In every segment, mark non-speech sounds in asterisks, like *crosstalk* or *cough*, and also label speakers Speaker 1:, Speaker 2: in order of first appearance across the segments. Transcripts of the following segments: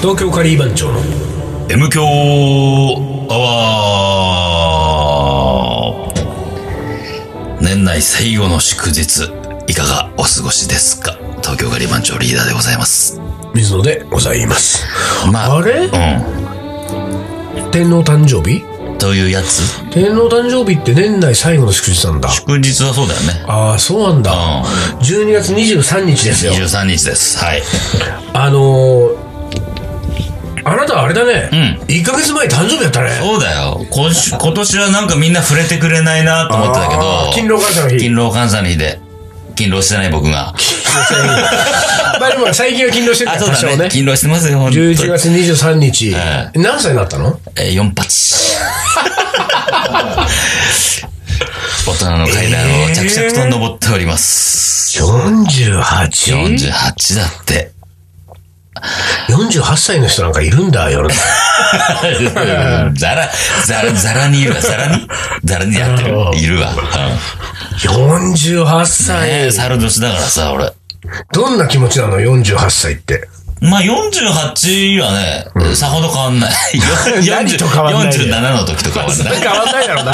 Speaker 1: 東京カリー番長の
Speaker 2: M 強アワー年内最後の祝日、いかがお過ごしですか東京ガリバン長リーダーでございます。
Speaker 1: 水野でございます。
Speaker 2: まあ、
Speaker 1: あれ
Speaker 2: う
Speaker 1: 天皇誕生日
Speaker 2: ん。というやつ
Speaker 1: 天皇誕生日って年内最後の祝日なんだ。
Speaker 2: 祝日はそうだよね。
Speaker 1: ああ、そうなんだ。
Speaker 2: う
Speaker 1: 12月23日ですよ
Speaker 2: ん。。23日です。はい。
Speaker 1: あのー、あなたあれだね。
Speaker 2: う
Speaker 1: 1ヶ月前誕生日だったね。
Speaker 2: そうだよ。今週、今年はなんかみんな触れてくれないなと思ってたけど
Speaker 1: あー、勤労感謝の日
Speaker 2: 勤労感謝の日で、勤労してない僕が。
Speaker 1: *laughs* まあでも最近は勤労してるか
Speaker 2: あ、
Speaker 1: ら
Speaker 2: そう
Speaker 1: 多少
Speaker 2: だね。
Speaker 1: ね。
Speaker 2: 勤労してますよ、本当に。
Speaker 1: 11月23日、
Speaker 2: え
Speaker 1: 何歳になったの
Speaker 2: えー、4八。大人の階段を着々と登っております。
Speaker 1: ?48?48
Speaker 2: 48だって。
Speaker 1: 歳の人なんかいるんだよ。
Speaker 2: *laughs* ざら、ざら、ざらにいるわ、ざらにざらにやってる。いるわ。
Speaker 1: 48
Speaker 2: うん。
Speaker 1: 歳、
Speaker 2: えー、猿年だからさ、俺。
Speaker 1: どんな気持ちなの ?48 歳って。
Speaker 2: まあ、48はね、さほど変わ
Speaker 1: *laughs*
Speaker 2: んない。
Speaker 1: 何と変わんない
Speaker 2: 40 47の時と変わんない。
Speaker 1: 変わんないだろうな。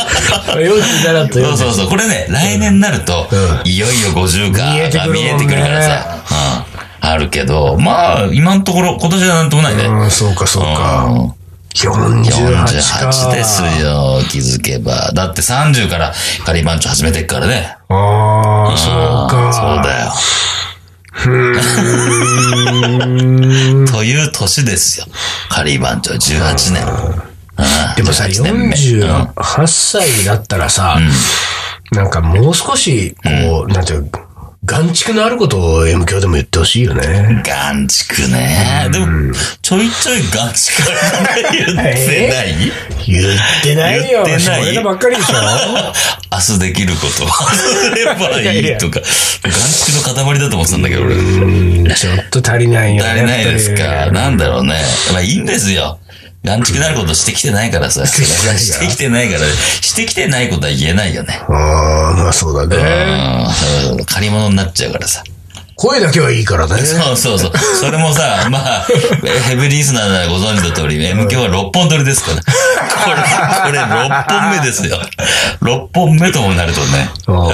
Speaker 1: 47と
Speaker 2: そうそうそう。これね、来年になると、いよいよ50か、
Speaker 1: 見えてくるもんね
Speaker 2: 見えてくるからさ、うん。あるけど、まあ、今のところ、今年はなんともないね。うん。
Speaker 1: うん、そうかそうか。48
Speaker 2: 48
Speaker 1: か。
Speaker 2: ですよ、気づけば。だって30からカリバンチョ始めてっからね。
Speaker 1: ああ、そう
Speaker 2: うんそう
Speaker 1: か。
Speaker 2: だよ。 *laughs* という年ですよ。カリバンチョ18年。うん
Speaker 1: でもさ、
Speaker 2: 18年目うん
Speaker 1: 48歳になったらさ、なんかもう少し、こう、なんていうか、眼畜のあることを M 教でも言ってほしいよね。
Speaker 2: 眼畜ね。でも、ちょいちょい眼畜から言ってない、
Speaker 1: 言ってないよ。
Speaker 2: 言ってな
Speaker 1: 下
Speaker 2: い
Speaker 1: ネタばっかりでしょ
Speaker 2: *laughs* 明日できることをすればいいとか、眼畜の塊だと思ってたんだけど、俺。
Speaker 1: ちょっと足りないよね。
Speaker 2: 足りないです
Speaker 1: やっ
Speaker 2: か。なんだろうね。まあいいんですよ。眼畜なること *laughs* してきてないからさ。してきてないから、してきてないことは言えないよね。
Speaker 1: ぱり。ああ、まあそうだ
Speaker 2: う
Speaker 1: ね。
Speaker 2: んそうそう。借り物になっちゃうからさ。
Speaker 1: 声だけはいいからね。
Speaker 2: *laughs* そうそうそう。それ
Speaker 1: *laughs*
Speaker 2: もさ、まあ、ヘブリースナーならご存知の通り、M 響は6本撮りですから。これ、これ6本目ですよ。6本目ともなると
Speaker 1: う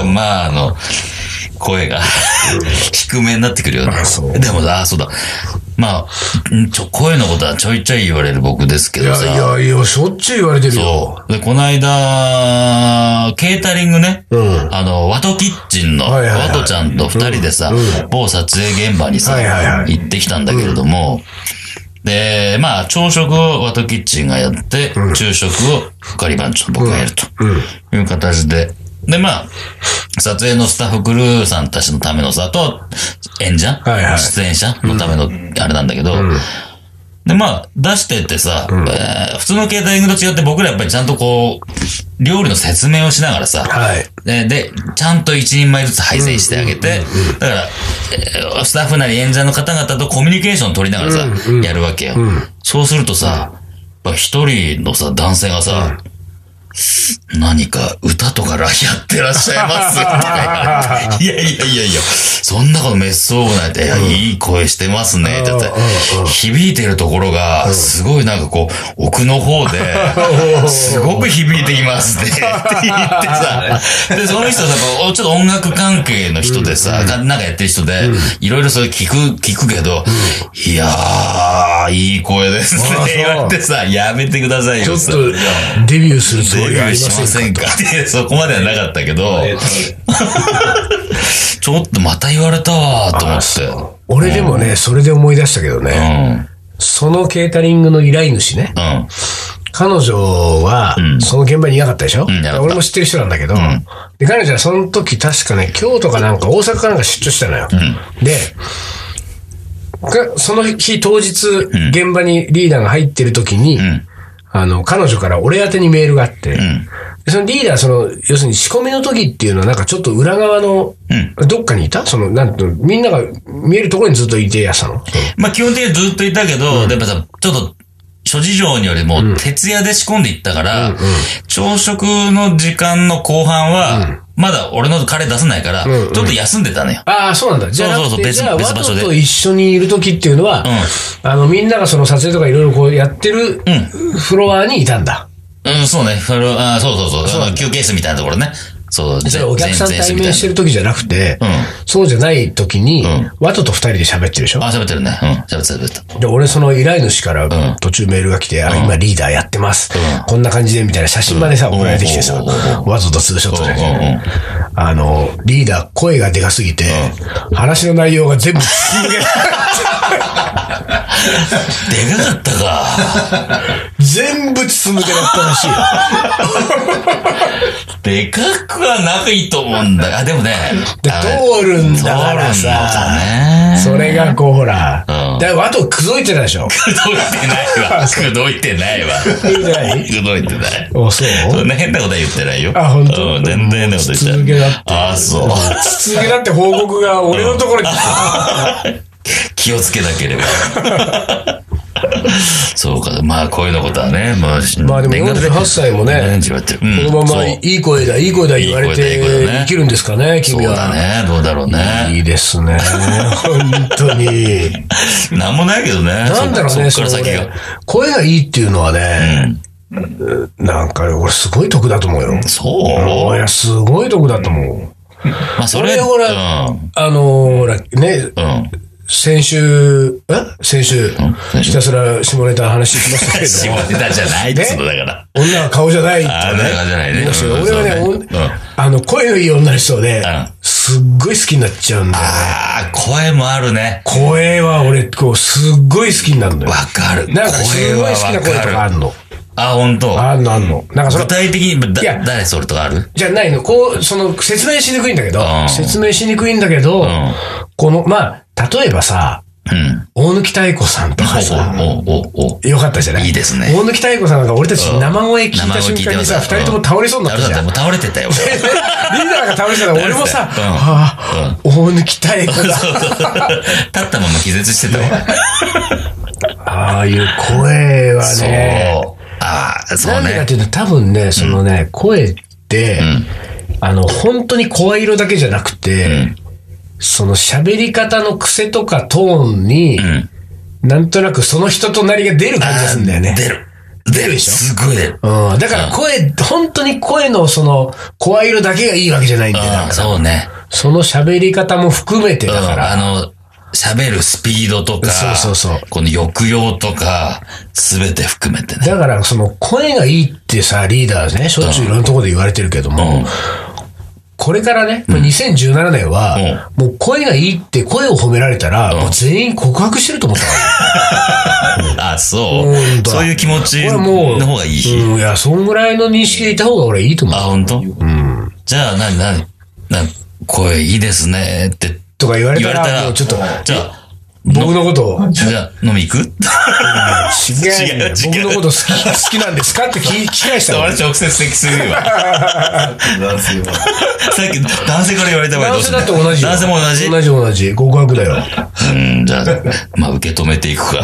Speaker 2: ね。まあ、あの、声が低めになってくるよね
Speaker 1: あそう。
Speaker 2: でもさ、あそうだ。まあ、んちょ、声のことはちょいちょい言われる僕ですけ
Speaker 1: い
Speaker 2: ど
Speaker 1: やい
Speaker 2: さ。
Speaker 1: やいや、しょっちゅう言われてるよ。
Speaker 2: そう。で、この間、ケータリングね。
Speaker 1: うん
Speaker 2: あの、ワトキッチンの、
Speaker 1: はいはいはい
Speaker 2: ワトちゃんと二人でさ、某撮影現場にさ、
Speaker 1: はいはいはい
Speaker 2: 行ってきたんだけれども、で、まあ、朝食をワトキッチンがやって、昼食をカリバンチョ僕がやるという形で、で、まあ、撮影のスタッフクルーさんたちのためのさ、と、演者、
Speaker 1: はいはい
Speaker 2: 出演者のためのあれなんだけど、で、まあ、出してってさ、えー普通のケータリングと違って僕らやっぱりちゃんとこう、料理の説明をしながらさ、
Speaker 1: はい。
Speaker 2: で、で、ちゃんと一人前ずつ配膳してあげて、だから、えースタッフなり演者の方々とコミュニケーション取りながらさ、やるわけよ。そうするとさ、やっぱ一人のさ、男性がさ、何か歌とかラやってらっしゃいますみたいな。
Speaker 1: *laughs*
Speaker 2: いやいやいやいや、そんなことめっそうもないって、いやいい声してますね、って言って
Speaker 1: うんうんう、
Speaker 2: 響いてるところが、すごいなんかこう、奥の方 *laughs* で、すごく響いてきます *laughs* ね、って言ってさ、で、その人さ、こうちょっと音楽関係の人でさ、かなんかやってる人で、いろいろそれ聞く、聞くけど、いやー、いい声ですね
Speaker 1: あそう、
Speaker 2: 言われてさ、やめてくださいよ、
Speaker 1: ちょっ
Speaker 2: さ
Speaker 1: と、デビューするつも
Speaker 2: デ
Speaker 1: り
Speaker 2: ビ
Speaker 1: はあ
Speaker 2: ュー
Speaker 1: り
Speaker 2: し
Speaker 1: ま
Speaker 2: ま
Speaker 1: せん。
Speaker 2: せんかって、そこまではなかったけど、 *laughs* ちょっとまた言われたわーと思って。
Speaker 1: 俺でもね、それで思い出したけどね。
Speaker 2: うん。
Speaker 1: そのケータリングの依頼主ね。
Speaker 2: うん。
Speaker 1: 彼女は、その現場にいなかったでしょ、
Speaker 2: んいなかった
Speaker 1: 俺も知ってる人なんだけど、で、彼女はその時確かね、京都かなんか大阪かなんか出張したのよ。で、かその日当日、現場にリーダーが入ってる時に、
Speaker 2: ん
Speaker 1: あの、彼女から俺宛てにメールがあって、
Speaker 2: ん
Speaker 1: でそのリーダー、その、要するに仕込みの時っていうのはなんかちょっと裏側の、どっかにいたその、なんていうのみんなが見えるところにずっといてやってたの。
Speaker 2: まあ基本的にずっといたけど、やっぱさ、ちょっと、諸事情によりも、徹夜で仕込んでいったから、朝食の時間の後半は、まだ俺のカレー出さないから、ちょっと休んでたのよ。
Speaker 1: ああ、そうなんだ。じゃあ
Speaker 2: そうそうそう別
Speaker 1: じゃあ、
Speaker 2: 別
Speaker 1: ワ
Speaker 2: 場
Speaker 1: ト
Speaker 2: 所で
Speaker 1: と一緒にいる時っていうのは、あの、みんながその撮影とかいろいろこうやってるフロアにいたんだ。
Speaker 2: うん、そうね。それはあそうそうそう。あの休憩室みたいなところね。そう、
Speaker 1: それお客さん
Speaker 2: 前
Speaker 1: 対
Speaker 2: 前室みたい
Speaker 1: 面
Speaker 2: な
Speaker 1: してる時じゃなくて、
Speaker 2: うん
Speaker 1: そうじゃない時に、
Speaker 2: ん
Speaker 1: ワトと二人で喋ってるでしょ
Speaker 2: あ、喋ってるね。うん、喋った喋った。
Speaker 1: で、俺その依頼主か
Speaker 2: ん
Speaker 1: ら途中メールが来て、あ、今リーダーやってます。こんな感じで、みたいな写真までさ、
Speaker 2: うん
Speaker 1: 送られてきてさ
Speaker 2: うんうんうん、
Speaker 1: わざとツーショットじゃ
Speaker 2: うんうんうん
Speaker 1: ん。あの、リーダー声がでかすぎて、話の内容が全部聞き抜けない
Speaker 2: でかかっ
Speaker 1: *laughs*
Speaker 2: たか。
Speaker 1: 全部筒抜けだったらしいよ。
Speaker 2: でかくはないと思うんだ。あ、でもね。
Speaker 1: で
Speaker 2: あ
Speaker 1: 通るんだから
Speaker 2: 通るんだ
Speaker 1: さ、
Speaker 2: ね。
Speaker 1: それがこうほら、
Speaker 2: うん
Speaker 1: だからあとくぞいてたでしょ。
Speaker 2: *laughs* くどいてな
Speaker 1: *laughs*
Speaker 2: いわ。くどいてないわ。
Speaker 1: くどいてない
Speaker 2: くどいてない。
Speaker 1: お、そう
Speaker 2: そんな変なことは言ってないよ。
Speaker 1: あ本当
Speaker 2: うん全然変なこと言ってない。
Speaker 1: 続けだって
Speaker 2: あ、そう。
Speaker 1: 筒抜けだって報告が俺のと
Speaker 2: *laughs*
Speaker 1: ころに来た。
Speaker 2: 気をつけなけれ
Speaker 1: *laughs*
Speaker 2: ば。そうか。まあ、こういうのことはね、まあ、
Speaker 1: まあでも
Speaker 2: 年賀状
Speaker 1: 48歳もね
Speaker 2: 年賀状やってるうん
Speaker 1: このまま
Speaker 2: そう
Speaker 1: いい声だ、いい声だ言われ
Speaker 2: いい声だい
Speaker 1: て
Speaker 2: い声だね
Speaker 1: 生きるんですかね、君
Speaker 2: そう
Speaker 1: は。
Speaker 2: だね。どうだろうね。
Speaker 1: いいですね。本当に。
Speaker 2: なんもないけどね。
Speaker 1: なんだろうね、
Speaker 2: そっから先
Speaker 1: その
Speaker 2: が
Speaker 1: 俺。声がいいっていうのはね、なんか俺すごい得だと思うよ。
Speaker 2: そう
Speaker 1: いや、すごい得だと思う。
Speaker 2: まあ、それ、
Speaker 1: 俺ほら
Speaker 2: うん。
Speaker 1: あのー、ほら、ね、
Speaker 2: うん。
Speaker 1: 先週、え先週、
Speaker 2: 先週
Speaker 1: ひたすら下ネタ話してきましたけ
Speaker 2: *laughs* 下
Speaker 1: れども、
Speaker 2: ネタじゃないっつうのだから。
Speaker 1: 女は顔じゃないってね
Speaker 2: あ女は顔じゃないね
Speaker 1: 言いましたけど
Speaker 2: うん
Speaker 1: 俺はね、
Speaker 2: そうねうん
Speaker 1: おあの、声のいい女の人で、
Speaker 2: ん
Speaker 1: すっごい好きになっちゃうんだよね。
Speaker 2: ああ、声もあるね。
Speaker 1: 声は俺、こう、すっごい好きになるんだよ
Speaker 2: わ。かる。
Speaker 1: なんか、す
Speaker 2: 声
Speaker 1: ご
Speaker 2: はい
Speaker 1: 好きな声とかあ
Speaker 2: わる。
Speaker 1: んの。
Speaker 2: あ、本当。
Speaker 1: あんのあんの。なんかその
Speaker 2: 具、体的に、だ
Speaker 1: いや
Speaker 2: 誰それとかある
Speaker 1: じゃないの。こう、その、説明しにくいんだけど
Speaker 2: う、ん
Speaker 1: 説明しにくいんだけど
Speaker 2: ん、
Speaker 1: この、まあ、例えばさ、
Speaker 2: うん。
Speaker 1: 大貫妙子さんとかさ、
Speaker 2: おおおおお。
Speaker 1: よかったじゃない
Speaker 2: いいですね
Speaker 1: 大貫妙子さんなんか俺たち生声聞い
Speaker 2: 名前
Speaker 1: た
Speaker 2: を
Speaker 1: 瞬
Speaker 2: 聞い
Speaker 1: 間
Speaker 2: て
Speaker 1: に
Speaker 2: ま
Speaker 1: さ、
Speaker 2: す。
Speaker 1: 二人とも倒れそうになったじゃん。
Speaker 2: ん。
Speaker 1: リ
Speaker 2: 倒れてたよ。
Speaker 1: *laughs*
Speaker 2: 俺
Speaker 1: ーダーが倒れてたら俺もさ、
Speaker 2: うん
Speaker 1: ああ、大貫妙子だ。
Speaker 2: 立ったまま気絶してたわ。
Speaker 1: ああいう声は
Speaker 2: そう
Speaker 1: ね、。
Speaker 2: ああ、そう
Speaker 1: なんでかっ
Speaker 2: ね。
Speaker 1: ていうと多分ね、そのね、声って、あの、本当に声色だけじゃなくて、その喋り方の癖とかトーンに、
Speaker 2: ん
Speaker 1: なんとなくその人となりが出る感じがするんだよね。
Speaker 2: 出る。出る
Speaker 1: でしょ
Speaker 2: すごい出る。
Speaker 1: うん、だから声、本当に声のその、声色だけがいいわけじゃないんだよ。なん
Speaker 2: うん、
Speaker 1: か
Speaker 2: そうね。
Speaker 1: その喋り方も含めてだか
Speaker 2: うん
Speaker 1: ら、
Speaker 2: あの、喋るスピードとか、
Speaker 1: そうそうそう
Speaker 2: この抑揚とか、すべて含めてね。
Speaker 1: だからその声がいいってさ、リーダーね、しょっちゅういろんなところで言われてるけども、
Speaker 2: うん
Speaker 1: これからね、これ2017年は、もう声がいいって声を褒められたら、もう全員告白してると思った *laughs* か
Speaker 2: あ、そう
Speaker 1: 本。当だ
Speaker 2: そういう気持ち
Speaker 1: ら。
Speaker 2: の
Speaker 1: これもう、
Speaker 2: 方がいい。
Speaker 1: うん、いや、そんぐらいの認識でいた方が俺いいと思う。
Speaker 2: あ、本当？うん。じゃあ、なになになに声いいですねって
Speaker 1: とか言われ
Speaker 2: 言
Speaker 1: た
Speaker 2: われたら、
Speaker 1: ら、もうちょっと、
Speaker 2: じゃあ、
Speaker 1: 僕のことを、 *laughs*
Speaker 2: じゃあ、飲み行く
Speaker 1: 違うよ
Speaker 2: 違う
Speaker 1: 僕
Speaker 2: 違う
Speaker 1: のこと好き好きなんですかって聞き聞き返したの
Speaker 2: 俺直接的すぎるわ。
Speaker 3: 男性は。
Speaker 2: さっき男性から言われた場合どう
Speaker 1: 男
Speaker 2: す
Speaker 1: 性
Speaker 2: る
Speaker 1: だって同じよ
Speaker 2: 男性も同じ
Speaker 1: 同じ同じ。極悪だよ。
Speaker 2: うん、じゃあ、まあ受け止めてい
Speaker 1: *laughs*
Speaker 2: くか。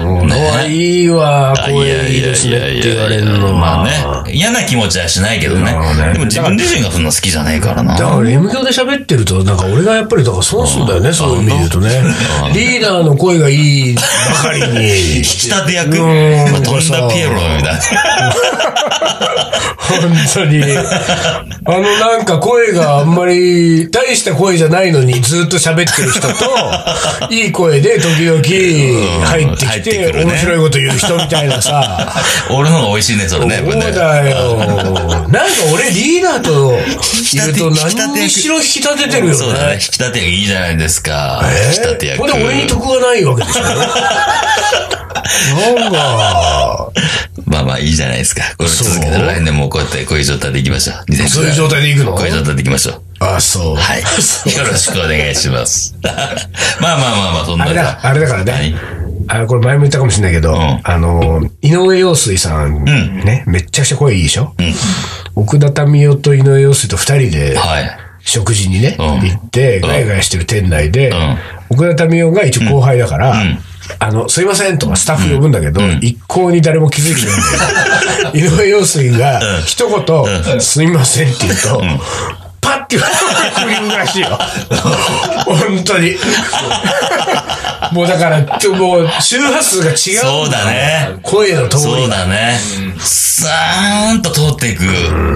Speaker 1: うんいいわ、
Speaker 2: あ
Speaker 1: これいいですねって言われるのは。
Speaker 2: まあね。嫌な気持ちはしないけどね
Speaker 1: まあ。ね
Speaker 2: でも自分自身がそんな好きじゃないからな。
Speaker 1: だから、M 教で喋ってると、なんか俺がやっぱり、だから損すんだよね、そういう意味で言うとね。 *laughs* リーダーの声がいいばかりに
Speaker 2: *laughs* 引、き立て役、
Speaker 1: うん
Speaker 2: まあ、飛んだピエロみたいな。
Speaker 1: 本当に。あの、なんか声があんまり、大した声じゃないのにずっと喋ってる人と、
Speaker 2: *laughs*
Speaker 1: いい声で時々入って
Speaker 2: 入
Speaker 1: き
Speaker 2: ってく
Speaker 1: て、
Speaker 2: るね
Speaker 1: 面白いこと言う人みたいなさ。
Speaker 2: *laughs* 俺の方が美味しいね、
Speaker 1: *laughs*
Speaker 2: それね。やっぱ
Speaker 1: そう
Speaker 2: ね
Speaker 1: だよ。なんか俺リーダーといると何にしろ引き立ててるよ
Speaker 2: そうだね。引
Speaker 1: ね。
Speaker 2: き立て役いいじゃないですか。
Speaker 1: え
Speaker 2: 引き立て役。
Speaker 1: これで俺に得がないわけでしょ。 *laughs* なんか、
Speaker 2: まあまあいいじゃないですか。これ続けて
Speaker 1: そう
Speaker 2: 来年もこうやってこういう状態でいきましょう。2019
Speaker 1: そういう状態で行くの
Speaker 2: こういう状態でいきましょう。
Speaker 1: あ、そう。
Speaker 2: はい。よろしくお願いします。 *laughs* まあまあまあまあ、そん
Speaker 1: あ
Speaker 2: な
Speaker 1: れだ、あれだからね
Speaker 2: 何。
Speaker 1: あのこれ前も言ったかもしれないけど、
Speaker 2: ん
Speaker 1: あの、井上陽水さんね、めっちゃくちゃ声いいでしょ奥田民生と井上陽水と二人で、
Speaker 2: はい。
Speaker 1: 食事にね、
Speaker 2: うん
Speaker 1: 行って、ガヤガヤしてる店内で
Speaker 2: ん、
Speaker 1: 奥田民生が一応後輩だから、あの、すいませんとかスタッフ呼ぶんだけど、一向に誰も気づいてないんだよ。井上陽水が、一言、すいませんって言うと、パッて言われてクリンらしいよ。本当に。もうだから、ちょもう、周波数が違う。
Speaker 2: そうだ。ね。
Speaker 1: 声の通
Speaker 2: そう
Speaker 1: り。
Speaker 2: だね。さーんと通っていく。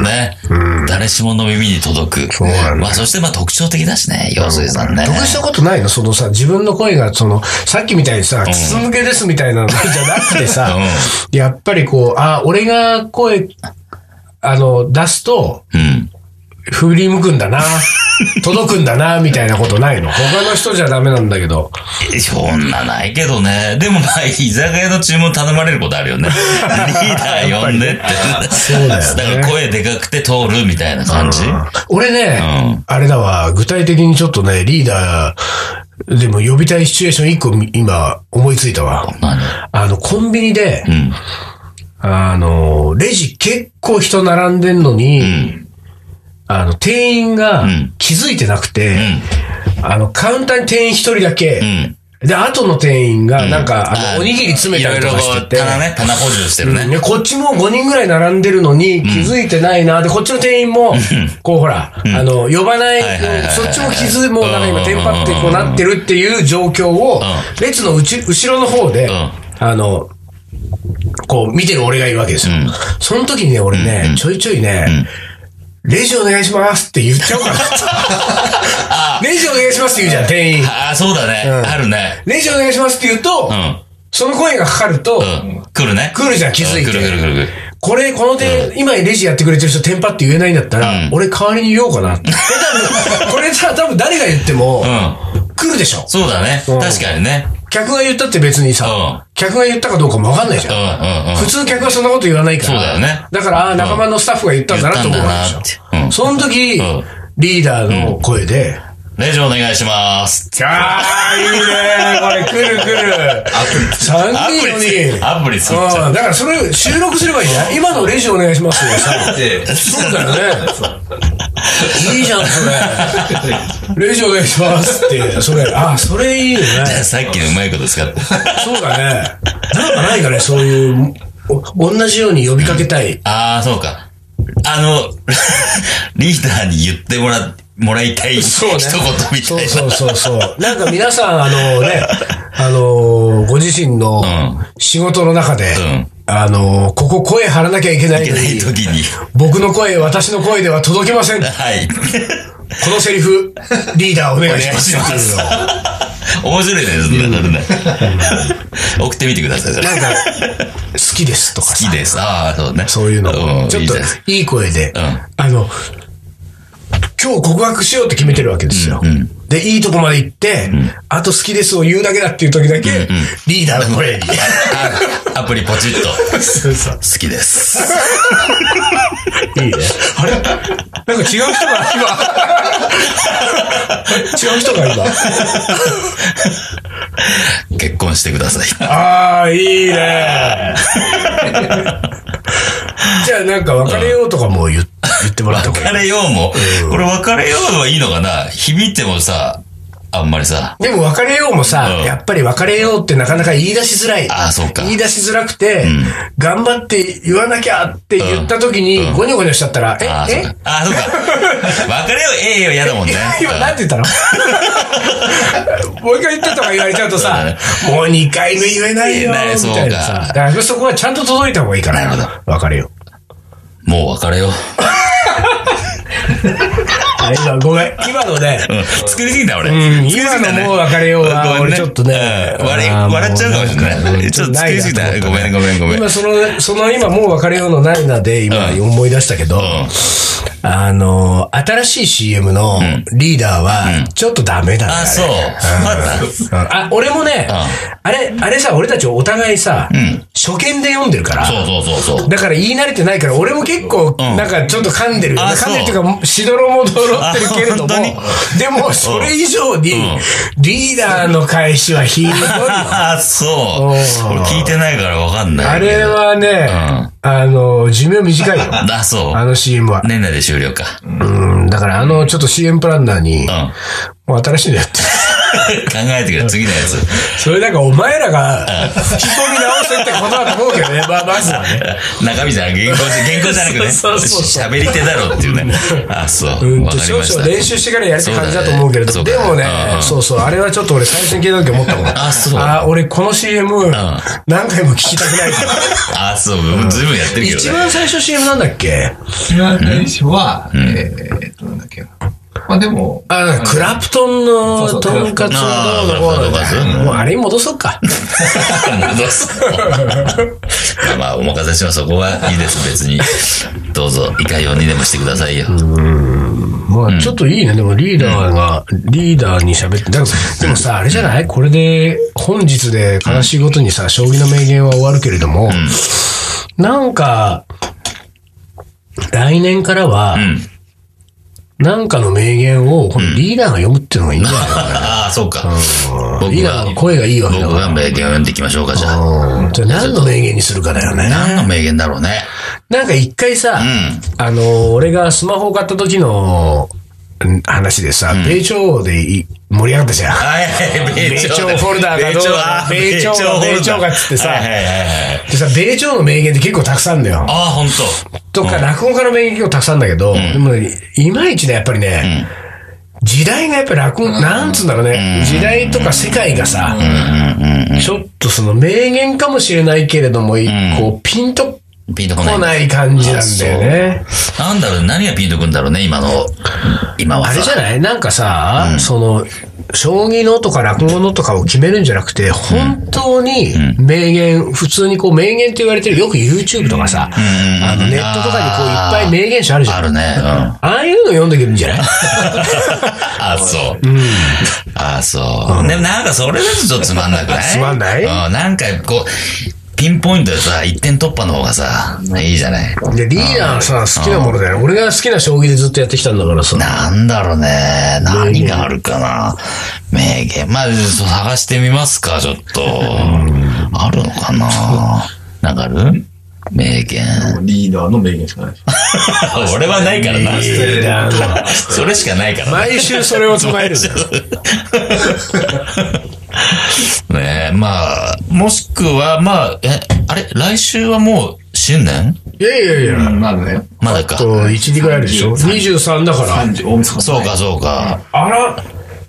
Speaker 2: ね。誰しもの耳に届く。
Speaker 1: うなんだ
Speaker 2: まあ、そしてまあ特徴的だしね、陽水さんね。
Speaker 1: 得したことないのそのさ、自分の声が、その、さっきみたいにさ、筒抜けですみたいなのじゃなくてさ、やっぱりこう、あ、俺が声、あの、出すと、
Speaker 2: うん。
Speaker 1: 振り向くんだな、届くんだな、みたいなことないの他の人じゃダメなんだけど。
Speaker 2: そんなないけどね。でもまあ、居酒屋の注文頼まれることあるよ
Speaker 1: *laughs*
Speaker 2: ね。リーダー呼んでって。
Speaker 1: そうだよね
Speaker 2: から声でかくて通るみたいな感じ。
Speaker 1: 俺ね、あれだわ、具体的にちょっとね、リーダー、でも呼びたいシチュエーション一個み今思いついたわ。
Speaker 2: 何
Speaker 1: あの、コンビニで、
Speaker 2: うん。
Speaker 1: あの、レジ結構人並んでんのに、あの、店員が
Speaker 2: ん
Speaker 1: 気づいてなくて、あの、カウンターに店員一人だけ、
Speaker 2: ん
Speaker 1: で、後の店員が、なんか、あ
Speaker 2: あ
Speaker 1: の、おにぎり詰めたりとか
Speaker 2: いろ
Speaker 1: し
Speaker 2: い
Speaker 1: て
Speaker 2: ろ
Speaker 1: て、
Speaker 2: 棚ね、棚補充してるね。
Speaker 1: ね、こっちも5人ぐらい並んでるのに気づいてないな。で、こっちの店員も、こうほら、あの、呼ばない
Speaker 2: はいはいはいはい、
Speaker 1: そっちも気づい、もうなんか
Speaker 2: う
Speaker 1: 今
Speaker 2: ん
Speaker 1: テンパってこうなってるっていう状況を、
Speaker 2: う
Speaker 1: 列のうち、後ろの方で、
Speaker 2: ん
Speaker 1: あの、こう見てる俺がいるわけですよ。
Speaker 2: うん
Speaker 1: その時にね、俺ね、ちょいちょいね、レジお願いしますって言っちゃおうかなっ
Speaker 2: *laughs*
Speaker 1: て。レジお願いしますって言うじゃん、店員。
Speaker 2: ああ、そうだね。あるね。
Speaker 1: レジお願いしますって言うと、
Speaker 2: うん。
Speaker 1: その声がかかると、
Speaker 2: うん。来るね。
Speaker 1: 来るじゃん気づいて
Speaker 2: うん来る来る来る来る。
Speaker 1: これ、この点、今レジやってくれてる人、テンパって言えないんだったら、
Speaker 2: うん
Speaker 1: 俺代わりに言おうかな
Speaker 2: *laughs*
Speaker 1: って。多分これさ、多分誰が言っても、
Speaker 2: うん。
Speaker 1: 来るでしょ。
Speaker 2: そうだね。
Speaker 1: うん
Speaker 2: 確かにね。
Speaker 1: 客が言ったって別にさ、
Speaker 2: うん
Speaker 1: 客が言ったかどうかもわかんないじゃ
Speaker 2: うん
Speaker 1: ん。
Speaker 2: うんうん。
Speaker 1: 普通客はそんなこと言わないから。
Speaker 2: そうだよね
Speaker 1: だから、ああ、仲間のスタッフが言ったんだなと思うわけでし
Speaker 2: 言ったんだな
Speaker 1: ょ。
Speaker 2: ってうん
Speaker 1: その時、
Speaker 2: うん
Speaker 1: リーダーの声で、
Speaker 2: レジお願いします。
Speaker 1: ああ、いいねこれ、来る来る。3
Speaker 2: アプ
Speaker 1: 人
Speaker 2: リ
Speaker 1: 4
Speaker 2: つ、
Speaker 1: 人。
Speaker 2: アプリつっちゃ
Speaker 1: う、
Speaker 2: うん
Speaker 1: だからそれ収録すればいいじゃん。今のレジお願いしますよ、さ。
Speaker 3: で、
Speaker 1: そうだよね。いいじゃん、それ。レジお願いしますって。それ、あ、それいいよね。
Speaker 2: *laughs* さっきのうまいこと使って。
Speaker 1: そうだね。なんかないかね、そういう、お同じように呼びかけたい。
Speaker 2: ああ、そうか。あの、 *laughs* リーダーに言ってもら、もらいたい一言み
Speaker 1: そ
Speaker 2: た
Speaker 1: う
Speaker 2: い
Speaker 1: そ
Speaker 2: な。
Speaker 1: うそうそう。 *laughs* なんか皆さん、あの
Speaker 2: *laughs*
Speaker 1: ね、あのご自身の
Speaker 2: ん
Speaker 1: 仕事の中で、
Speaker 2: ん
Speaker 1: あのここ声張らなきゃいけない
Speaker 2: いけ
Speaker 1: の
Speaker 2: ない
Speaker 1: に、
Speaker 2: 時に。
Speaker 1: 僕の声、私の声では届けません。こ
Speaker 2: はい。 *laughs*
Speaker 1: のセリフ、リーダーお
Speaker 2: お
Speaker 1: 願い
Speaker 2: 願い
Speaker 1: し
Speaker 2: し
Speaker 1: ま。
Speaker 2: ますす。面白いね、それね。 *laughs* 送ってみてください、それ。
Speaker 1: なんか、好きですとかさ
Speaker 2: 好きです。ああ、そうね。
Speaker 1: そういうの
Speaker 2: ん、
Speaker 1: ちょっと
Speaker 2: いいです
Speaker 1: いい声で、
Speaker 2: ん
Speaker 1: あの、今日告白しようって決めてるわけですよ。で、いいとこまで行って、あと好きですを言うだけだっていう時だけ、リーダーの
Speaker 2: *laughs*
Speaker 1: 声に。
Speaker 2: あアプリポチッと。
Speaker 1: そうそう
Speaker 2: 好きです。
Speaker 1: いいね。あれなんか違う人が今。違う人が今。
Speaker 2: 結婚してく
Speaker 1: *laughs*
Speaker 2: ださい。
Speaker 1: ああ、いいね。じゃあなんか別れようとかも言言ってもらった方がいい
Speaker 2: 別。れようも、これ別れようはいいのかな響いてもさ、あんまりさ、
Speaker 1: でも別れようもさ、
Speaker 2: うん
Speaker 1: やっぱり別れようってなかなか言い出しづらい。
Speaker 2: あーそうか
Speaker 1: 言い出しづらくて、頑張って言わなきゃって言った時に、ゴニョゴニョしちゃったら、
Speaker 2: ああ、
Speaker 1: え
Speaker 2: そう
Speaker 1: え。
Speaker 2: かああ、そうか。別れよう、ええよ、嫌だ *laughs* もんね。
Speaker 1: 今なんて言ったのもう一回言ってとか言われちゃうとさ、もう二回目言えないよ
Speaker 2: 言えない
Speaker 1: みたいな
Speaker 2: そう
Speaker 1: さ
Speaker 2: か。
Speaker 1: だからそこはちゃんと届いた方がいいから。
Speaker 2: なる
Speaker 1: 別れよう。
Speaker 2: もう別れよう。
Speaker 1: あ今、ごめん。今のね、
Speaker 2: うん作りすぎた、俺。
Speaker 1: うん
Speaker 2: 作りすぎたね
Speaker 1: 今のもう別れようは
Speaker 2: ごめん
Speaker 1: 俺ちょっとね
Speaker 2: うん笑い
Speaker 1: あーもう
Speaker 2: 笑っちゃうかもし
Speaker 1: な
Speaker 2: れ
Speaker 1: ん
Speaker 2: な
Speaker 1: かうん
Speaker 2: い。ちょっと作りすぎ
Speaker 1: ちょ
Speaker 2: た。
Speaker 1: っと
Speaker 2: ごめん、ごめん、ごめん。う
Speaker 1: 今その、その今もう別れようのないなで今
Speaker 2: うん
Speaker 1: 思い出したけど、あの、新しい CM のリーダーは、ちょっとダメだね。
Speaker 2: あ、そう。ま
Speaker 1: あれあ、俺もね、
Speaker 2: うん
Speaker 1: あれ、あれさ、俺たちお互いさ、初見で読んでるから、
Speaker 2: たそうそうそうそう。
Speaker 1: だから言い慣れてないから、俺も結構、
Speaker 2: ん
Speaker 1: なんかちょっと噛んでるよね。
Speaker 2: あ
Speaker 1: 噛
Speaker 2: そ
Speaker 1: ん
Speaker 2: う
Speaker 1: でるっていうか、しどろもどろってるけれども、
Speaker 2: あ本
Speaker 1: でも、それ以上に
Speaker 2: ん、
Speaker 1: リーダーの返しはひどいよ。
Speaker 2: ああ、そう。
Speaker 1: ん
Speaker 2: 俺聞いてないからわかんない。
Speaker 1: あれはね、あの、寿命短いよ。
Speaker 2: *laughs* あ、そ
Speaker 1: あ
Speaker 2: う。
Speaker 1: の CM は。
Speaker 2: 年内で終了か。うん。
Speaker 1: うん、だからあの、ちょっと CM プランナーに、
Speaker 2: あ *laughs*
Speaker 1: もう新しいのやって。
Speaker 2: えてくれ、次のやつ。
Speaker 1: それなんかお前らが吹き込み直せってことだと思うけどね、まあ、まずはね。
Speaker 2: 中身じゃなく原稿じゃ、原稿じゃなくね。
Speaker 1: そうそうそうそう
Speaker 2: 喋り手だろっていうね。あ、そう。
Speaker 1: うん
Speaker 2: わ
Speaker 1: と
Speaker 2: かり
Speaker 1: 少
Speaker 2: ました。
Speaker 1: 々練習してからやるって感じだと思うけれど、
Speaker 2: そうだ
Speaker 1: で
Speaker 2: ね
Speaker 1: もね
Speaker 2: うんうん、
Speaker 1: そうそう、あれはちょっと俺最初に聞いた時思ったもん。
Speaker 2: あそう
Speaker 1: あ、俺この CM 何回も聞きたくない。
Speaker 2: あ、そう。 *laughs* ずいぶんやってるけどね。
Speaker 1: 一番最初 CM なんだっけ
Speaker 3: 一番最初は、えーっと、なんだっけな。まあでも、
Speaker 1: あ、クラプトン
Speaker 3: そ
Speaker 1: の
Speaker 3: うそ
Speaker 1: と
Speaker 3: うん
Speaker 1: かつの
Speaker 2: あー
Speaker 1: どうのこうの
Speaker 2: クラプトンのとんかつ
Speaker 1: もうあれに戻そうか。
Speaker 2: 戻す。まあ *laughs* まあ、お任せします。そこはいいです、別に。どうぞ、いかようにでもしてくださいよ。
Speaker 1: まあ、ちょっといいね。でも、リーダーが、リーダーに喋って、だからでもさ、あれじゃないこれで、本日で悲しいことにさ、将棋の名言は終わるけれども、なんか、来年からは、
Speaker 2: ん
Speaker 1: なんかの名言を、このリーダーが読むっていうのがいいんじゃないか
Speaker 2: ああ、 *laughs* そうか。
Speaker 1: な、
Speaker 2: *laughs* 僕
Speaker 1: リーダー
Speaker 2: が
Speaker 1: の、声がいいわけだ
Speaker 2: 僕
Speaker 1: から。
Speaker 2: が名言を読んでいきましょうか、じゃあ。
Speaker 1: うんじゃあ何の名言にするかだよね。
Speaker 2: 何の名言だろうね。
Speaker 1: なんか一回さ、
Speaker 2: う
Speaker 1: あの、俺がスマホを買った時のん話でさ、米朝でい盛り上がったじゃん。
Speaker 2: はいはい、
Speaker 1: 米朝フォルダーがどうだ米朝が米朝がっつってさ
Speaker 2: はいはいはいはい。
Speaker 1: でさ、米朝の名言って結構たくさんあんだよ。
Speaker 2: ああ、ほんと。
Speaker 1: とか、落語家の名言結構たくさんあんだけど、でもね、いまいちね、やっぱりね、時代がやっぱり落語、なんつうんだろうね、時代とか世界がさ、ちょっとその名言かもしれないけれども、こう、ピンと
Speaker 2: ピンとこな
Speaker 1: こ
Speaker 2: い。
Speaker 1: ない感じなんだよね。
Speaker 2: なんだろう、何がピンとくんだろうね、今の、今は
Speaker 1: あれじ
Speaker 2: さ。
Speaker 1: ゃないなんかさ、その、将棋のとか落語のとかを決めるんじゃなくて、本当に名言、普通にこう名言って言われてる、よく YouTube とかさ、
Speaker 2: うん
Speaker 1: あのネットとかにこういっぱい名言集あるじゃん。
Speaker 2: あるね。うん。あ
Speaker 1: ああいうの読んでけるんじゃない
Speaker 2: あ、そう。ああ、そう。でもなんかそれだとちょっとつまんなくない
Speaker 1: つまんない
Speaker 2: うん、なんかこう、ピンポイントでさ、一点突破の方がさ、いいじゃない。
Speaker 1: で、リーダーさ、好きなものだよね。俺が好きな将棋でずっとやってきたんだからさ。
Speaker 2: なんだろうね。何があるかな。名言。まあ、ちょっと探してみますか、ちょっと。あるのかな。なんかある名言。
Speaker 3: リーダーの名言しか
Speaker 4: *laughs*
Speaker 3: ないです。
Speaker 2: *laughs* 俺はないからな。
Speaker 1: リーダーの
Speaker 2: *laughs* それしかないからな。
Speaker 1: 毎週それを唱えるんだよ。
Speaker 2: ねえ、まあ、もしくは、まあ、え、あれ来週はもう新年
Speaker 1: いやいやいや。
Speaker 3: まだね、
Speaker 2: まだか。
Speaker 1: と、1、2回あるでしょ ?23 だから。
Speaker 3: 30、大晦日。
Speaker 2: そうか、そうか。
Speaker 1: あら、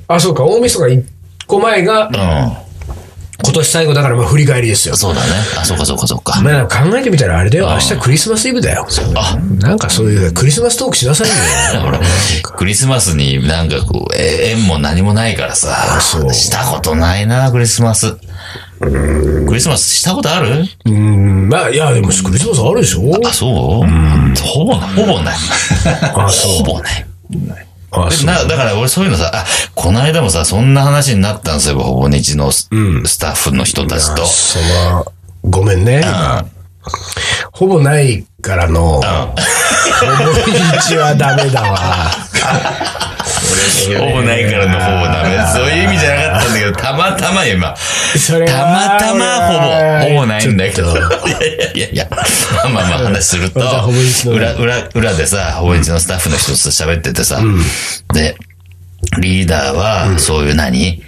Speaker 1: あ、そうか、大晦日1個前が
Speaker 2: う
Speaker 1: 今年最後だからまあ振り返りですよ
Speaker 2: ん。。そうだね。あ、そうか、そうか、そうか。
Speaker 1: まあ考えてみたらあれだよ、明日クリスマスイブだよ。
Speaker 2: あ、
Speaker 1: なんかそういうクリスマストークしなさいよ。
Speaker 2: ほら、クリスマスになんかこう、え縁も何もないからさ、
Speaker 1: そう
Speaker 2: したことないな、クリスマス。クリスマスしたことある
Speaker 1: うん、まあいや、でもクリスマスあるでしょ
Speaker 2: あ、そうほぼない。ほぼない。
Speaker 1: あそう
Speaker 2: ほぼない。
Speaker 1: あ、
Speaker 2: で
Speaker 1: そう。
Speaker 2: なだから俺そういうのさ、あ、この間もさ、そんな話になったんですよ、ほぼ日のス,、タッフの人たちと。
Speaker 1: そのごめんね。ほぼないからの、ほぼ日はダメだわ。
Speaker 2: ほぼないからのほぼダメ。そういう意味じゃなかったんだけど、たまたま今。
Speaker 1: それ
Speaker 2: *laughs* たまたまほぼ、ほぼないんだけ
Speaker 1: ど。
Speaker 2: ど。いやいやいや、まあまあまあ話すると
Speaker 1: またほぼ一、の
Speaker 2: 裏、裏、裏でさ、ほぼ一のスタッフの人と喋っててさ、で、リーダーは、そういう何、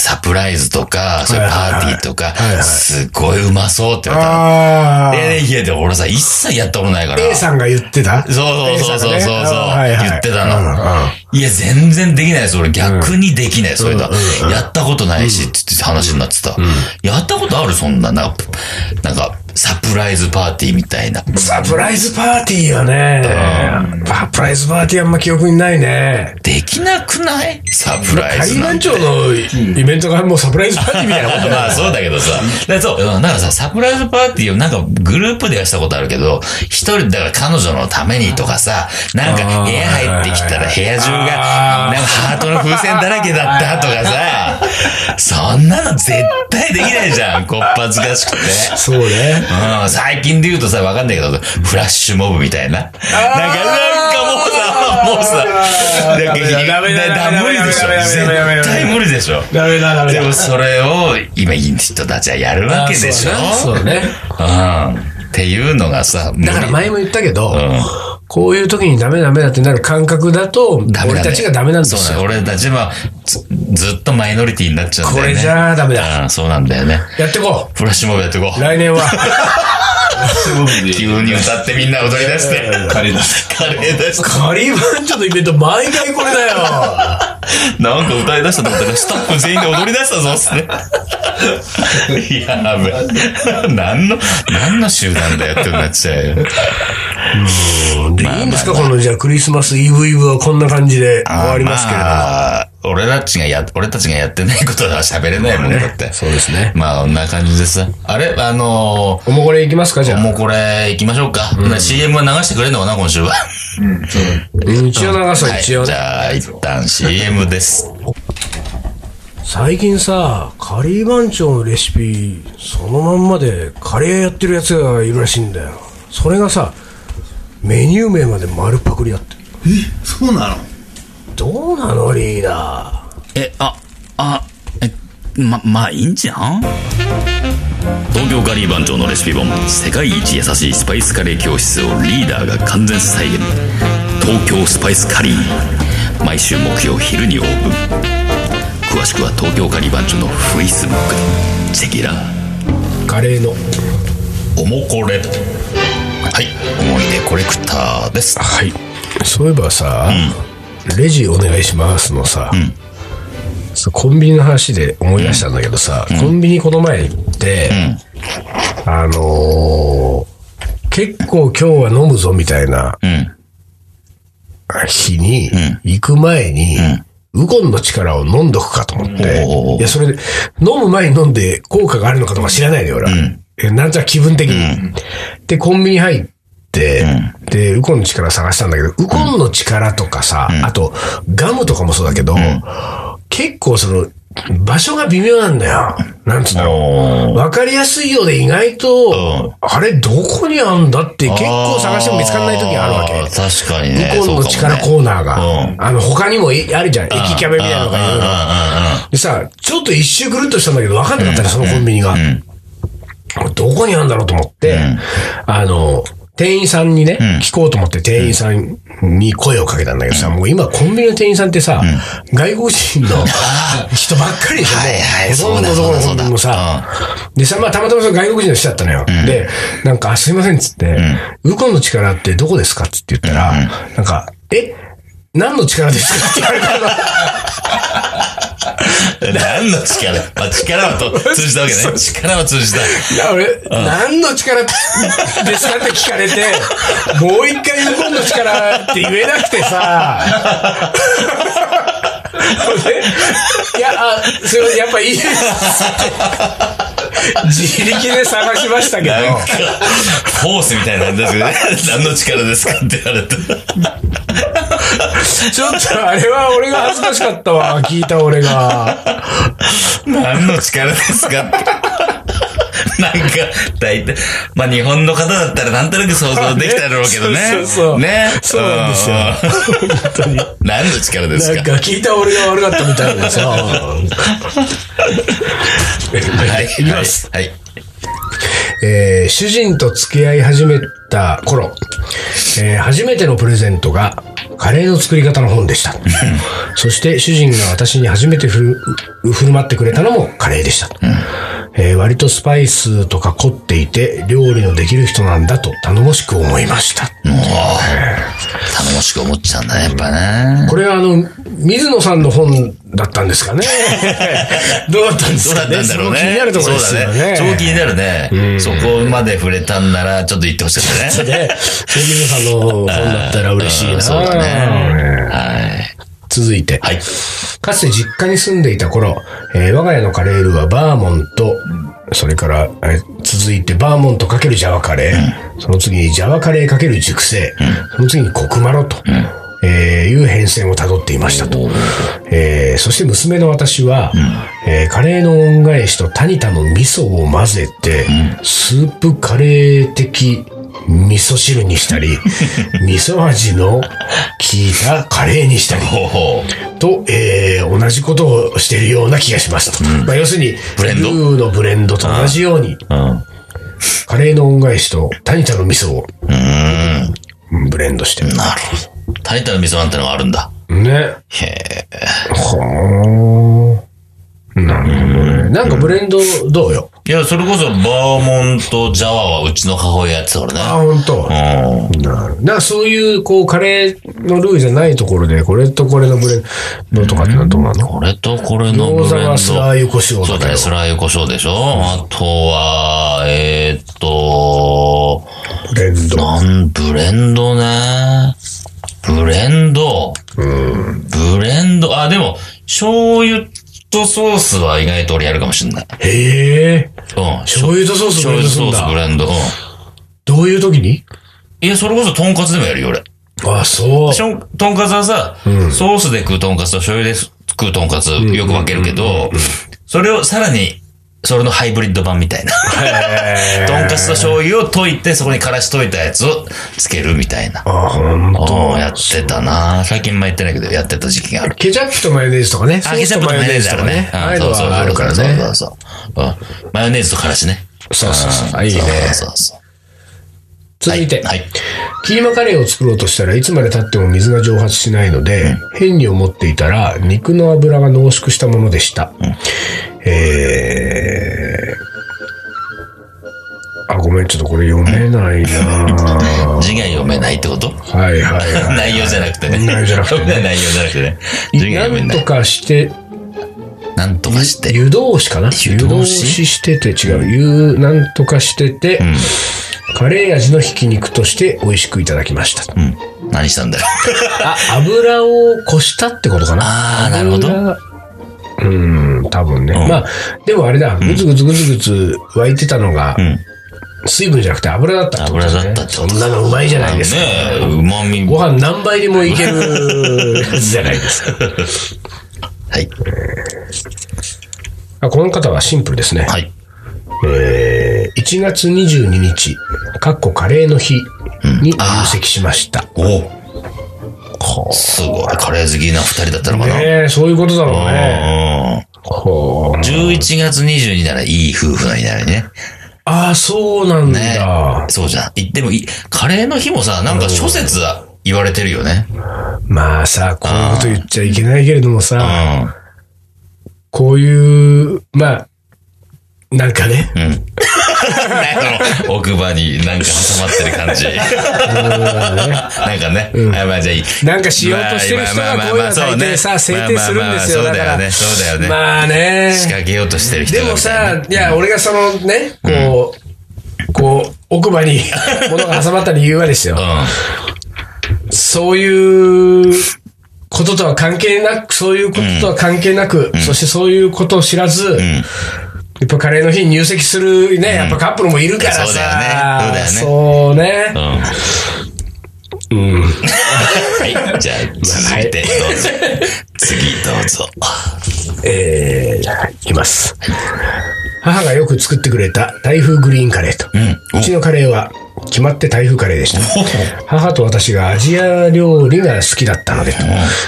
Speaker 2: サプライズとか、そういうパーティーとか
Speaker 1: いはいは、い
Speaker 2: すごいうまそうって言われたの。
Speaker 1: ああ。
Speaker 2: え、いや、でも俺さ、一切やったことないから。
Speaker 1: A さんが言ってた
Speaker 2: そうそうそうそうそうそう、言ってたの、
Speaker 1: の。
Speaker 2: いや、全然できないです。俺逆にできない、そういうの。やったことないし、つって話になってた。やったことあるそんな、なんか、なんか、サプライズパーティーみたいな。
Speaker 1: サプライズパーティーよね。サプライズパーティーあんま記憶にないね。
Speaker 2: できなくないサプライ
Speaker 1: 仮
Speaker 2: ズなん
Speaker 1: 団
Speaker 2: て。
Speaker 1: 長のイベントがもうサプライズパーティーみたいなもんだよ。
Speaker 2: まあそうだけどさ。でそう、うんなんかさ、サプライズパーティーをなんかグループではしたことあるけど、一人だから彼女のためにとかさ、なんか部屋入ってきたら部屋中が、なんかハートの風船だらけだったとかさ、そんなの絶対できないじゃん。こっぱずかしくて。
Speaker 1: そうね。
Speaker 2: うん、最近で言うとさ、わかんないけど、フラッシュモブみたいな。なんか、なんかもうさ、もうさ、なんか、
Speaker 1: ダメだ
Speaker 2: だ
Speaker 1: ダメだ
Speaker 2: 無理でしょ。
Speaker 1: ダメだ
Speaker 2: 絶
Speaker 1: ダメだ
Speaker 2: 対無理でしょ。
Speaker 1: ダメだ、ダメ
Speaker 2: で
Speaker 1: だ。
Speaker 2: もそれを今いい人たちはやるわけでしょ
Speaker 1: そうね。
Speaker 2: うん。っていうのがさ、
Speaker 1: だから前も言ったけど、こういう時にダメダメだってなる感覚だと、
Speaker 2: ダメ
Speaker 1: 俺
Speaker 2: ダメ
Speaker 1: たちがダメなんです
Speaker 2: そう
Speaker 1: よ。
Speaker 2: だよ。俺たちはずずっとマイノリティになっちゃうんだよね。
Speaker 1: これじゃあダメだ
Speaker 2: うん。そうなんだよね。
Speaker 1: やってこ
Speaker 2: フラッシュモブやってこ
Speaker 1: う
Speaker 2: う。
Speaker 1: 来年は、
Speaker 2: 急に歌ってみんな踊り出して。
Speaker 3: カレー出す。
Speaker 2: カレー出して。
Speaker 1: カリーバンチョのイベント毎回これだよ。
Speaker 2: なんか歌い出したと思ったら、スタッフ全員で踊り出したぞ、っ
Speaker 1: *laughs*
Speaker 2: つって。いや、危ない。何の、何の集団だよってなっちゃうよ。
Speaker 1: で、いいんですかこの、じゃあクリスマスイブイブはこんな感じで終わりますけれども。
Speaker 2: ああ俺たちがや、俺たちがやってないことは喋れないもんだって。
Speaker 1: そうですね。
Speaker 2: まあ、こんな感じでさ。あれあの
Speaker 1: おもこれいきますかじゃ
Speaker 2: ー、
Speaker 1: あ。
Speaker 2: もうこれ、行きましょうか。な CM は流してくれんのかな、今週は。
Speaker 3: うん、そう
Speaker 1: 一応流そう、一応
Speaker 2: じ
Speaker 1: ね。
Speaker 2: ゃあ、一旦 CM です。
Speaker 1: 最近さ、カリー番長のレシピ、そのまんまでカレーやってるやつがいるらしいんだよ。それがさ、メニュー名まで丸パクリだって。
Speaker 4: え、そうなの
Speaker 1: どうなのリーダ
Speaker 4: え、あ、あ、え、ま、まあいいんじゃん東京カリー番長のレシピ本世界一優しいスパイスカレー教室をリーダーが完全再現東京スパイスカリー毎週木曜昼にオープン詳しくは東京カリー番長のフェイスブックでチェキラ
Speaker 1: ー。カレーの。
Speaker 2: おもこれ。はい。思い出コレクターです。はい。
Speaker 1: そういえばさ、レジお願いしますのさ、そうコンビニの話で思い出したんだけどさ、コンビニこの前行って、あのー結構今日は飲むぞみたいな
Speaker 2: うん。
Speaker 1: 日に、行く前に、ウコンの力を飲んどくかと思って、
Speaker 2: おうおうおう
Speaker 1: いや、それで、飲む前に飲んで効果があるのかとか知らないで、俺は。えなんちゃら気分的に。で、コンビニ入って、で、ウコンの力探したんだけど、ウコンの力とかさ、あと、ガムとかもそうだけど、結構その、場所が微妙なんだよ。なんつうんだろう。わかりやすいようで意外と、あれどこにあんだって結構探しても見つからない時があるわけ。
Speaker 2: ー確かにね。
Speaker 1: ウコンの力コーナーが、
Speaker 2: うん
Speaker 1: あの、他にもいあるじゃん。駅キャベみたいなのがいろいろ。
Speaker 2: が
Speaker 1: でさ、ちょっと一周ぐるっとしたんだけど、分かんなかったね、そのコンビニが。
Speaker 2: うんうん
Speaker 1: これどこにあるんだろうと思って、あの、店員さんにね、
Speaker 2: ん
Speaker 1: 聞こうと思って店員さんに声をかけたんだけどさ、もう今コンビニの店員さんってさ、外国人
Speaker 2: *laughs*
Speaker 1: の人ばっかりでしょ、
Speaker 2: はいはい
Speaker 1: もほとんどど
Speaker 2: そうだ
Speaker 1: このコンビニもさ、でさ、まあたまたまその外国人の人だったのよ。で、なんか、あすいませんっつって、ウコンの力ってどこですかっつって言ったら、なんか、え何の力ですかって言われたの。
Speaker 2: うん。何の力まあ力はと通じたわけね。力は通じた。
Speaker 1: いや、俺、何の力ですかって聞かれて、もう一回ウコンの力って言えなくてさ。 *laughs* でいや、あ、すいません、やっぱいいです。自力で探しましたけど。
Speaker 2: なんか、フォースみたいな感じですけどね。何の力ですかって言われて。
Speaker 1: ちょっとあれは俺が恥ずかしかったわ、聞いた俺が。
Speaker 2: 何の力ですかって。なんか、大体、まあ日本の方だったらなんとなく想像できたろうけどね。
Speaker 1: そうそうそう
Speaker 2: ね。
Speaker 1: そうなんですよ本当に。
Speaker 2: うん何の力です
Speaker 1: なん
Speaker 2: か
Speaker 1: か聞いた俺が悪かったみたいなさ。
Speaker 2: はい。
Speaker 1: いきます
Speaker 2: はい。
Speaker 1: えー主人と付き合い始めた頃、えー初めてのプレゼントがカレーの作り方の本でした。そして主人が私に初めて振る振る舞ってくれたのもカレーでした。えー割とスパイスとか凝っていて料理のできる人なんだと頼もしく思いました。
Speaker 2: もう、頼もしく思っちゃうんだね、やっぱね。
Speaker 1: これはあの、水野さんの本だったんです
Speaker 2: *laughs*
Speaker 1: かねどうだったんです
Speaker 2: どうだ
Speaker 1: か
Speaker 2: った
Speaker 1: ね
Speaker 2: んだろうね。
Speaker 1: そこ気になるところですよ
Speaker 2: そうだ
Speaker 1: ね。
Speaker 2: ね。超気になるね。そこまで触れたんなら、ちょっと言ってほしかったね。
Speaker 1: ね、水野さんの本だったら嬉しいな。
Speaker 2: そうだね。はい。
Speaker 1: 続いて。
Speaker 2: はい。
Speaker 1: かつて実家に住んでいた頃、えー我が家のカレールーはバーモント、それから、えー続いてバーモント×ジャワカレー、その次にジャワカレー×熟成、その次にコクマロと、えーいう変遷をたどっていましたと。えーそして娘の私は、えーカレーの恩返しとタニタの味噌を混ぜて、スープカレー的味噌汁にしたり、味噌味の効いたカレーにしたり、
Speaker 2: ほうほ
Speaker 1: と、えー同じことをしているような気がしますと。まあ、要するに、
Speaker 2: ブレンド
Speaker 1: ルーのブレンドと同じように、
Speaker 2: う。うん。
Speaker 1: カレーの恩返しとタニタの味噌を、
Speaker 2: うーん。
Speaker 1: ブレンドしてる。
Speaker 2: なるほど。タイタの味噌なんてのがあるんだ。
Speaker 1: ね。
Speaker 2: へえ。
Speaker 1: はあ。なるほどね。なんかブレンドどうよ。
Speaker 2: いや、それこそ、バーモントジャワはうちの母親やってたからね。
Speaker 1: あ、ほんと。
Speaker 2: うん。
Speaker 1: なるなんかそういう、こう、カレーのルーじゃないところで、これとこれのブレンドとかってのはどうなの
Speaker 2: これとこれのブレン
Speaker 1: 餃子
Speaker 2: ド。
Speaker 1: はスラー油胡椒
Speaker 2: そう
Speaker 1: だ
Speaker 2: だ
Speaker 1: け
Speaker 2: ね、
Speaker 1: ど。
Speaker 2: スラー油胡椒でしょ、あとは、えー、っと、
Speaker 1: ブレンド。
Speaker 2: なん、ブレンドね。ブレンド。ブレンド。あ、でも、醤油とソースは意外と俺やるかもしんない。
Speaker 1: へえ。
Speaker 2: うん。
Speaker 1: 醤油とソースブ
Speaker 2: 醤
Speaker 1: レン
Speaker 2: 油
Speaker 1: ド
Speaker 2: と
Speaker 1: する
Speaker 2: ソ
Speaker 1: ん
Speaker 2: ースブ
Speaker 1: だ。
Speaker 2: レンド。うん。
Speaker 1: どういう時に
Speaker 2: いや、それこそ、とんかつでもやるよ、俺。
Speaker 1: あ、そう。
Speaker 2: しょんとんかつはさ、ソースで食うとんかつと醤油で食うとんかつ、よく分けるけど、それをさらに、それのハイブリッド版みたい *laughs* な。とんかつと醤油を溶いて、そこにからし溶いたやつをつけるみたいな。
Speaker 1: あ、ほんと。
Speaker 2: おーやってたな最近もやってないけど、やってた時期がある。
Speaker 1: ケチャップとマヨネーズとかね。
Speaker 2: あ、ケチャップとマヨネーズあるね。
Speaker 1: ああいう
Speaker 2: そ
Speaker 1: の
Speaker 2: うそう
Speaker 1: はあるから
Speaker 2: そ
Speaker 1: ね
Speaker 2: う。そうそううんマヨネーズとからしね。
Speaker 1: そうそうそう。
Speaker 2: ん
Speaker 1: あいいね。
Speaker 2: そうそうそう
Speaker 1: 続いて、
Speaker 2: はい。
Speaker 1: キーマカレーを作ろうとしたらいつまで経っても水が蒸発しないので、変に思っていたら肉の油が濃縮したものでした。えー、あ、ごめん、ちょっとこれ読めないなは
Speaker 2: 字が読めないってこと *laughs*
Speaker 1: いはいは
Speaker 2: 内容じゃなくてね。
Speaker 1: 内容じゃなくてね
Speaker 2: *laughs* 内容じゃなくてね。
Speaker 1: い。
Speaker 2: 授業読
Speaker 1: な
Speaker 2: め
Speaker 1: ん
Speaker 2: な
Speaker 1: と
Speaker 2: い。
Speaker 1: かして、
Speaker 2: なんとかして。
Speaker 1: 湯通しかな
Speaker 2: 湯
Speaker 1: 湯
Speaker 2: 通し
Speaker 1: 通ししてて違う。湯なんとかしてて、カレー味のひき肉として美味しくいただきました。
Speaker 2: うん。何したんだよ。
Speaker 1: あ、油をこしたってことかな。
Speaker 2: あーなるほど
Speaker 1: 油。うん、多分ね。
Speaker 2: ん
Speaker 1: まあ、でもあれだ、ぐつぐつぐつぐつ沸いてたのが、
Speaker 2: ん
Speaker 1: 水分じゃなくて油だったってこと、ね。
Speaker 2: 油だったってこと
Speaker 1: そんなのうまいじゃ *laughs* ない
Speaker 2: ね
Speaker 1: ですか。
Speaker 2: え、うまみ。
Speaker 1: ご飯何倍でもいけ
Speaker 2: *laughs*
Speaker 1: るやつじゃないですか。
Speaker 2: はい。
Speaker 1: あこの方はシンプルですね。
Speaker 2: はい。
Speaker 1: えー1月22日、かっこカレーの日に入籍しました。
Speaker 2: おすごい。カレー好きな二人だったのかな。
Speaker 1: ねえ、そういうことだろうね。
Speaker 2: うん
Speaker 1: ほう
Speaker 2: 11月22ならいい夫婦の日なのにね。
Speaker 1: ああ、そうなんだ。
Speaker 2: ねそうじゃん。いでもいい、カレーの日もさ、なんか諸説は言われてるよね。
Speaker 1: まあさ、こういうこと言っちゃいけないけれども
Speaker 2: う
Speaker 1: さ、 *laughs*
Speaker 2: ん。
Speaker 1: こういう、まあ、なんかね、
Speaker 2: なんか奥歯になんか挟まってる
Speaker 1: *laughs*
Speaker 2: 感じ。なんかね。あまあじゃあいい。
Speaker 1: なんかしようとしてる人がこういうのを大抵さ、制定するんですよ。
Speaker 2: ま
Speaker 1: だ
Speaker 2: あまあまあそう
Speaker 1: か
Speaker 2: だよね。
Speaker 1: ら。
Speaker 2: そうだよね。
Speaker 1: まあね。
Speaker 2: 仕掛けようとしてる人
Speaker 1: で
Speaker 2: が
Speaker 1: も
Speaker 2: みたいな
Speaker 1: さ、いや、俺がそのね、こう、こう、奥歯に *laughs* 物が挟まった理由はですよ。そういうこととは関係なく、そういうこととは関係なく、そしてそういうことを知らず、やっぱカレーの日に入籍するね、やっぱカップルもいるからさ。
Speaker 2: そうだよね
Speaker 1: そうね。
Speaker 2: うん。うん。
Speaker 1: *laughs*
Speaker 2: はい。じゃあ、続いて、どうぞ。次、どうぞ。
Speaker 1: えー、いきます。母がよく作ってくれた台風グリーンカレーと。うちのカレーは決まって台風カレーでした。母と私がアジア料理が好きだったのでと、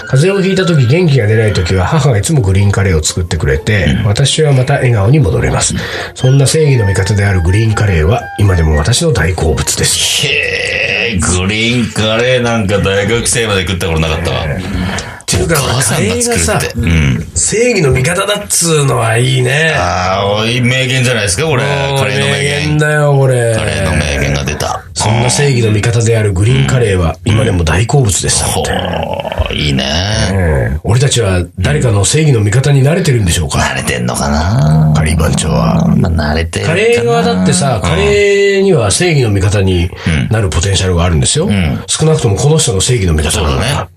Speaker 1: 風邪をひいた時元気が出ない時は母がいつもグリーンカレーを作ってくれて、私はまた笑顔に戻れます。そんな正義の味方であるグリーンカレーは今でも私の大好物です。
Speaker 2: へえ、グリーンカレーなんか大学生まで食ったことなかったわ。
Speaker 1: っていうか、
Speaker 2: 母さ
Speaker 1: カ
Speaker 2: ん
Speaker 1: レ
Speaker 2: が
Speaker 1: ーが
Speaker 2: 作
Speaker 1: さ
Speaker 2: るって。、うん。
Speaker 1: 正義の味方だっつうのはいいね。
Speaker 2: ああ、おい、名言じゃないですか、これ。カレーの名
Speaker 1: 名言
Speaker 2: 言。
Speaker 1: だよ、これ。
Speaker 2: カレーの名言が出た。
Speaker 1: そんな正義の味方であるグリーンカレーは今でも大好物です。
Speaker 2: ほー、いいね。
Speaker 1: ええ俺たちは誰かの正義の味方に慣れてるんでしょうか
Speaker 2: 慣れてんのかな
Speaker 1: カリー番長は。
Speaker 2: まあ、慣れてるか
Speaker 1: カ
Speaker 2: な。
Speaker 1: レーはだってさ、カレーには正義の味方になるポテンシャルがあるんですよ。少なくともこの人の正義の味方なんだ
Speaker 2: そう
Speaker 1: か
Speaker 2: だ
Speaker 1: ら。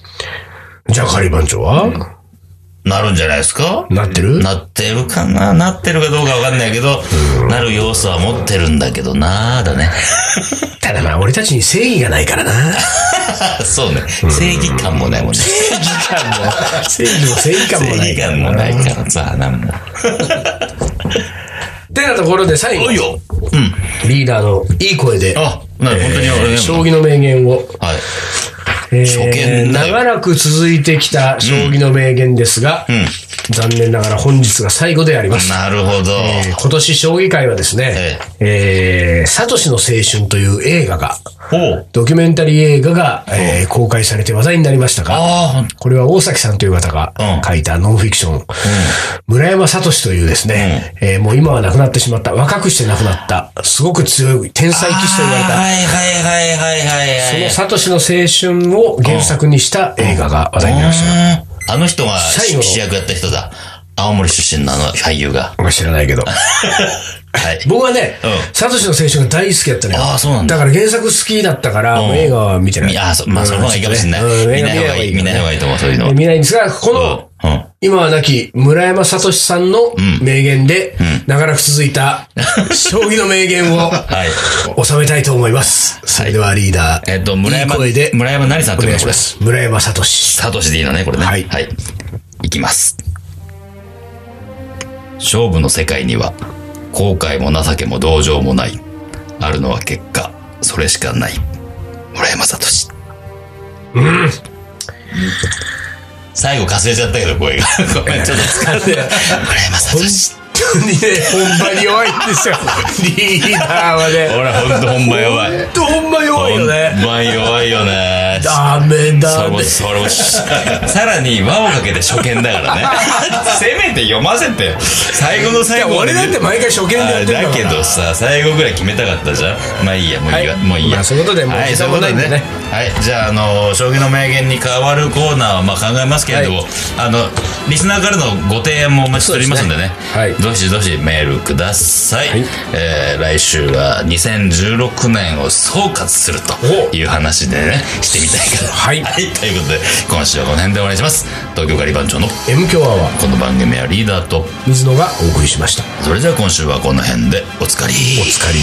Speaker 1: じゃあカリー番長は、
Speaker 2: なるんじゃないですか
Speaker 1: なってる
Speaker 2: なってるかななってるかどうかわかんないけど、なる要素は持ってるんだけどなーだね。 *laughs*
Speaker 1: ただまあ俺たちに正義がないからな。
Speaker 2: そうね。正義感もないもんね。正義感も。
Speaker 1: 正義も正義感も
Speaker 2: 正
Speaker 1: ない
Speaker 2: 義
Speaker 1: から
Speaker 2: 感も
Speaker 1: な。
Speaker 2: ないからさ、なんも。
Speaker 1: ってなところで最後
Speaker 2: おい、よ
Speaker 1: リーダーのいい声で、
Speaker 2: あ、なる本当に俺ね。
Speaker 1: 将棋の名言を
Speaker 2: はい。
Speaker 1: えー
Speaker 2: 初見だよ
Speaker 1: 長らく続いてきた将棋の名言ですが、残念ながら本日が最後であります。
Speaker 2: なるほど。
Speaker 1: えー今年将棋界はですね、えーサトシの青春という映画が
Speaker 2: ほう。
Speaker 1: ドキュメンタリー映画が、えー公開されて話題になりましたが、
Speaker 2: ああ、ほん
Speaker 1: これは大崎さんという方が
Speaker 2: うん
Speaker 1: 書いたノンフィクション、村山聡というですね、えーもう今は亡くなってしまった、若くして亡くなった、すごく強い天才棋士と言われ
Speaker 2: あー
Speaker 1: た、
Speaker 2: はいはいはいはいはいはい。
Speaker 1: その聡の青春を原作にした映画が話題になりました。
Speaker 2: うんあの人が
Speaker 1: 最後
Speaker 2: 主役やった人だ。青森出身のあの俳優が。
Speaker 1: 僕は知らないけ
Speaker 2: *laughs*
Speaker 1: ど。
Speaker 2: はい。
Speaker 1: 僕はね
Speaker 2: う、
Speaker 1: サトシの青春が大好きだったのよ。
Speaker 2: ああそうなんだ
Speaker 1: から原作好きだったから、
Speaker 2: ん
Speaker 1: もう映画は見てない。
Speaker 2: みあーそまあその方がいいかもしれない
Speaker 1: うん映画
Speaker 2: 見ない方がいい
Speaker 1: 見ない方がいい
Speaker 2: 見ない方がいいと思うそういうのは
Speaker 1: 見ないんですが、この、
Speaker 2: うん。うん
Speaker 1: 今は亡き村山聡さんの名言で、長らく続いた、将棋の名言を、
Speaker 2: はい。
Speaker 1: 収めたいと思います。それではリーダー、
Speaker 2: えっと、村山、
Speaker 1: いい声で、
Speaker 2: 村山何さんっ
Speaker 1: お
Speaker 2: て
Speaker 1: 願
Speaker 2: こ
Speaker 1: い
Speaker 2: と
Speaker 1: し
Speaker 2: こ
Speaker 1: ま
Speaker 2: れ。
Speaker 1: す。村山聡。
Speaker 2: サトシでいいのね、これね。
Speaker 1: はい
Speaker 2: はい。いきます。勝負の世界には、後悔も情けも同情もない。あるのは結果、それしかない。村山サトシ。最後かすれちゃったけど、声が。ごめん、ちょっと疲れて。村山サトシ。
Speaker 1: 本当にね、本番に弱いんですよ。リーダーはね。
Speaker 2: 俺ほんとほんま弱い。
Speaker 1: 本当ほんま弱いよね。
Speaker 2: ほんま弱いよね。
Speaker 1: ダメ
Speaker 2: そ
Speaker 1: だね
Speaker 2: れも、。それも、さらに輪をかけて初見だ
Speaker 1: *laughs*
Speaker 2: からね。せめて読ませてよ。最後の最後まで
Speaker 1: 俺だって毎回初見でやってんだから
Speaker 2: あーだけどさ、最後ぐらい決めたかったじゃん。まあいいや、もういいわ。
Speaker 1: はい
Speaker 2: もういいや。
Speaker 1: まあそういうことでもう
Speaker 2: はい、
Speaker 1: 時
Speaker 2: そう
Speaker 1: 間
Speaker 2: いうこ
Speaker 1: もな
Speaker 2: と
Speaker 1: い
Speaker 2: で
Speaker 1: ん
Speaker 2: ね
Speaker 1: でね。
Speaker 2: はい、じゃあ、あの、将棋の名言に変わるコーナーはまあ考えますけれども、あの、リスナーからのご提案もお待ちしておりますんで
Speaker 1: そう
Speaker 2: ね。
Speaker 1: ですねはい
Speaker 2: どしどしメールください。
Speaker 1: はい
Speaker 2: えー来週は2016年を総括するという話でね、してみたいから。
Speaker 1: はい
Speaker 2: はい、ということで、今週はこの辺でお願いします。東京ガリバン長の
Speaker 1: M 強アワー、
Speaker 2: この番組はリーダーと、
Speaker 1: 水野がお送りしました。
Speaker 2: それでは今週はこの辺でおつかり。おつかり。